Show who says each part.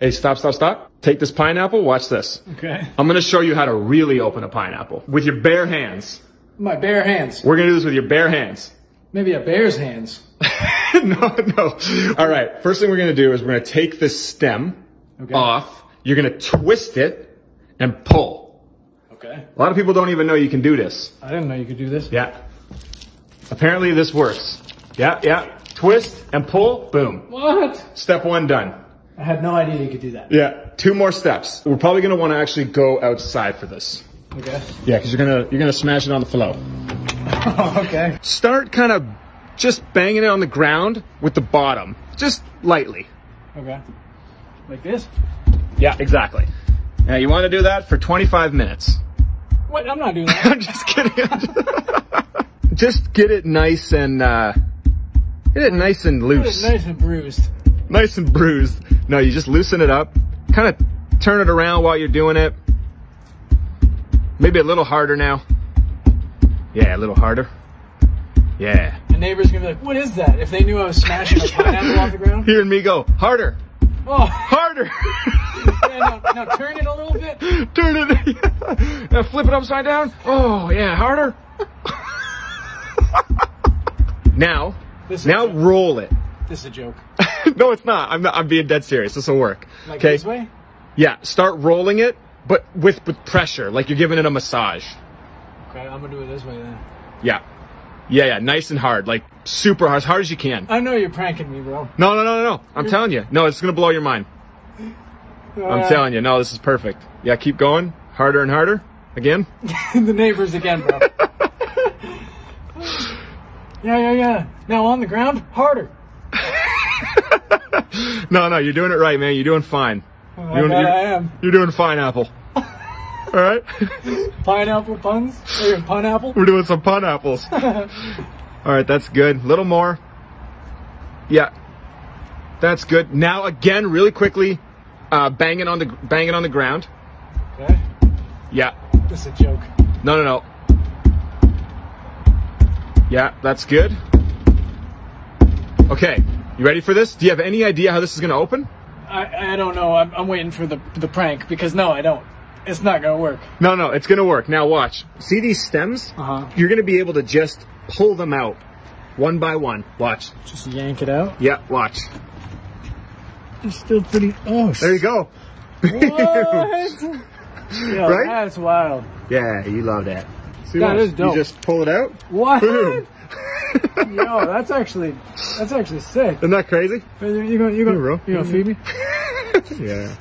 Speaker 1: Hey, stop, stop, stop. Take this pineapple. Watch this.
Speaker 2: Okay.
Speaker 1: I'm going to show you how to really open a pineapple with your bare hands.
Speaker 2: My bare hands.
Speaker 1: We're going to do this with your bare hands.
Speaker 2: Maybe a bear's hands.
Speaker 1: no, no. All right. First thing we're going to do is we're going to take this stem
Speaker 2: Okay.
Speaker 1: off. You're going to twist it and pull.
Speaker 2: Okay.
Speaker 1: A lot of people don't even know you can do this.
Speaker 2: I didn't know you could do this.
Speaker 1: Yeah. Apparently this works. Yeah, yeah. Twist and pull. Boom.
Speaker 2: What?
Speaker 1: Step one done.
Speaker 2: I had no idea you could do that.
Speaker 1: Yeah. Two more steps. We're probably going to want to actually go outside for this.
Speaker 2: Okay.
Speaker 1: Yeah, because you're gonna you're gonna smash it on the flow.
Speaker 2: okay.
Speaker 1: Start kind of just banging it on the ground with the bottom, just lightly.
Speaker 2: Okay. Like this?
Speaker 1: Yeah, exactly. Now you want to do that for 25 minutes.
Speaker 2: Wait, I'm not doing that.
Speaker 1: I'm just kidding. just get it nice and uh, get it nice and loose,
Speaker 2: nice and bruised.
Speaker 1: nice and bruised. No, you just loosen it up, kind of turn it around while you're doing it. Maybe a little harder now. Yeah, a little harder. Yeah.
Speaker 2: The neighbor's gonna be like, what is that? If they knew I was smashing a pineapple off the ground.
Speaker 1: Hearing me go harder,
Speaker 2: Oh,
Speaker 1: harder.
Speaker 2: yeah, now, now turn it a little bit.
Speaker 1: Turn it. now flip it upside down. Oh yeah, harder. now,
Speaker 2: This is,
Speaker 1: now
Speaker 2: a, joke.
Speaker 1: roll it.
Speaker 2: this is a joke.
Speaker 1: no, it's not. I'm not. I'm being dead serious. This will work.
Speaker 2: Like
Speaker 1: okay.
Speaker 2: this way?
Speaker 1: Yeah. Start rolling it, but with with pressure, like you're giving it a massage.
Speaker 2: Okay, I'm gonna do it this way then.
Speaker 1: Yeah. Yeah, yeah. Nice and hard, like super hard, as hard as you can.
Speaker 2: I know you're pranking me, bro.
Speaker 1: No, no, no, no, no. I'm telling you. No, it's gonna blow your mind. I'm
Speaker 2: Uh,
Speaker 1: telling you. No, this is perfect. Yeah, keep going. Harder and harder. Again.
Speaker 2: the neighbors again, bro. yeah, yeah, yeah. Now on the ground, harder.
Speaker 1: No, no, you're doing it right, man. You're doing fine.
Speaker 2: Oh,
Speaker 1: You're
Speaker 2: I,
Speaker 1: doing-
Speaker 2: bet
Speaker 1: you're-
Speaker 2: I am.
Speaker 1: You're doing fine, Apple. All right,
Speaker 2: Pineapple puns? Or pineapple?
Speaker 1: we're doing some pun apples. All right, that's good. Little more. Yeah, that's good. Now again, really quickly, uh, bang it on the bang it on the ground.
Speaker 2: Okay.
Speaker 1: Yeah.
Speaker 2: This is a joke.
Speaker 1: No, no, no. Yeah, that's good. Okay, you ready for this? Do you have any idea how this is gonna open?
Speaker 2: I, I don't know. I'm, I'm waiting for the, the prank because no, I don't. It's not gonna work.
Speaker 1: No, no, it's gonna work. Now watch. See these stems?
Speaker 2: Uh-huh.
Speaker 1: You're gonna be able to just pull them out, one by one. Watch.
Speaker 2: Just yank it out.
Speaker 1: Yeah, watch.
Speaker 2: It's still pretty. Oh,
Speaker 1: There you go.
Speaker 2: What? Yo,
Speaker 1: Right?
Speaker 2: That's wild.
Speaker 1: Yeah, you love that. See,
Speaker 2: That
Speaker 1: watch.
Speaker 2: is dope.
Speaker 1: You just pull it out.
Speaker 2: What?
Speaker 1: Boom.
Speaker 2: Yo, that's actually that's actually sick.
Speaker 1: Isn't that crazy?
Speaker 2: You gonna you gonna,
Speaker 1: bro.
Speaker 2: you gonna feed me?
Speaker 1: Yeah.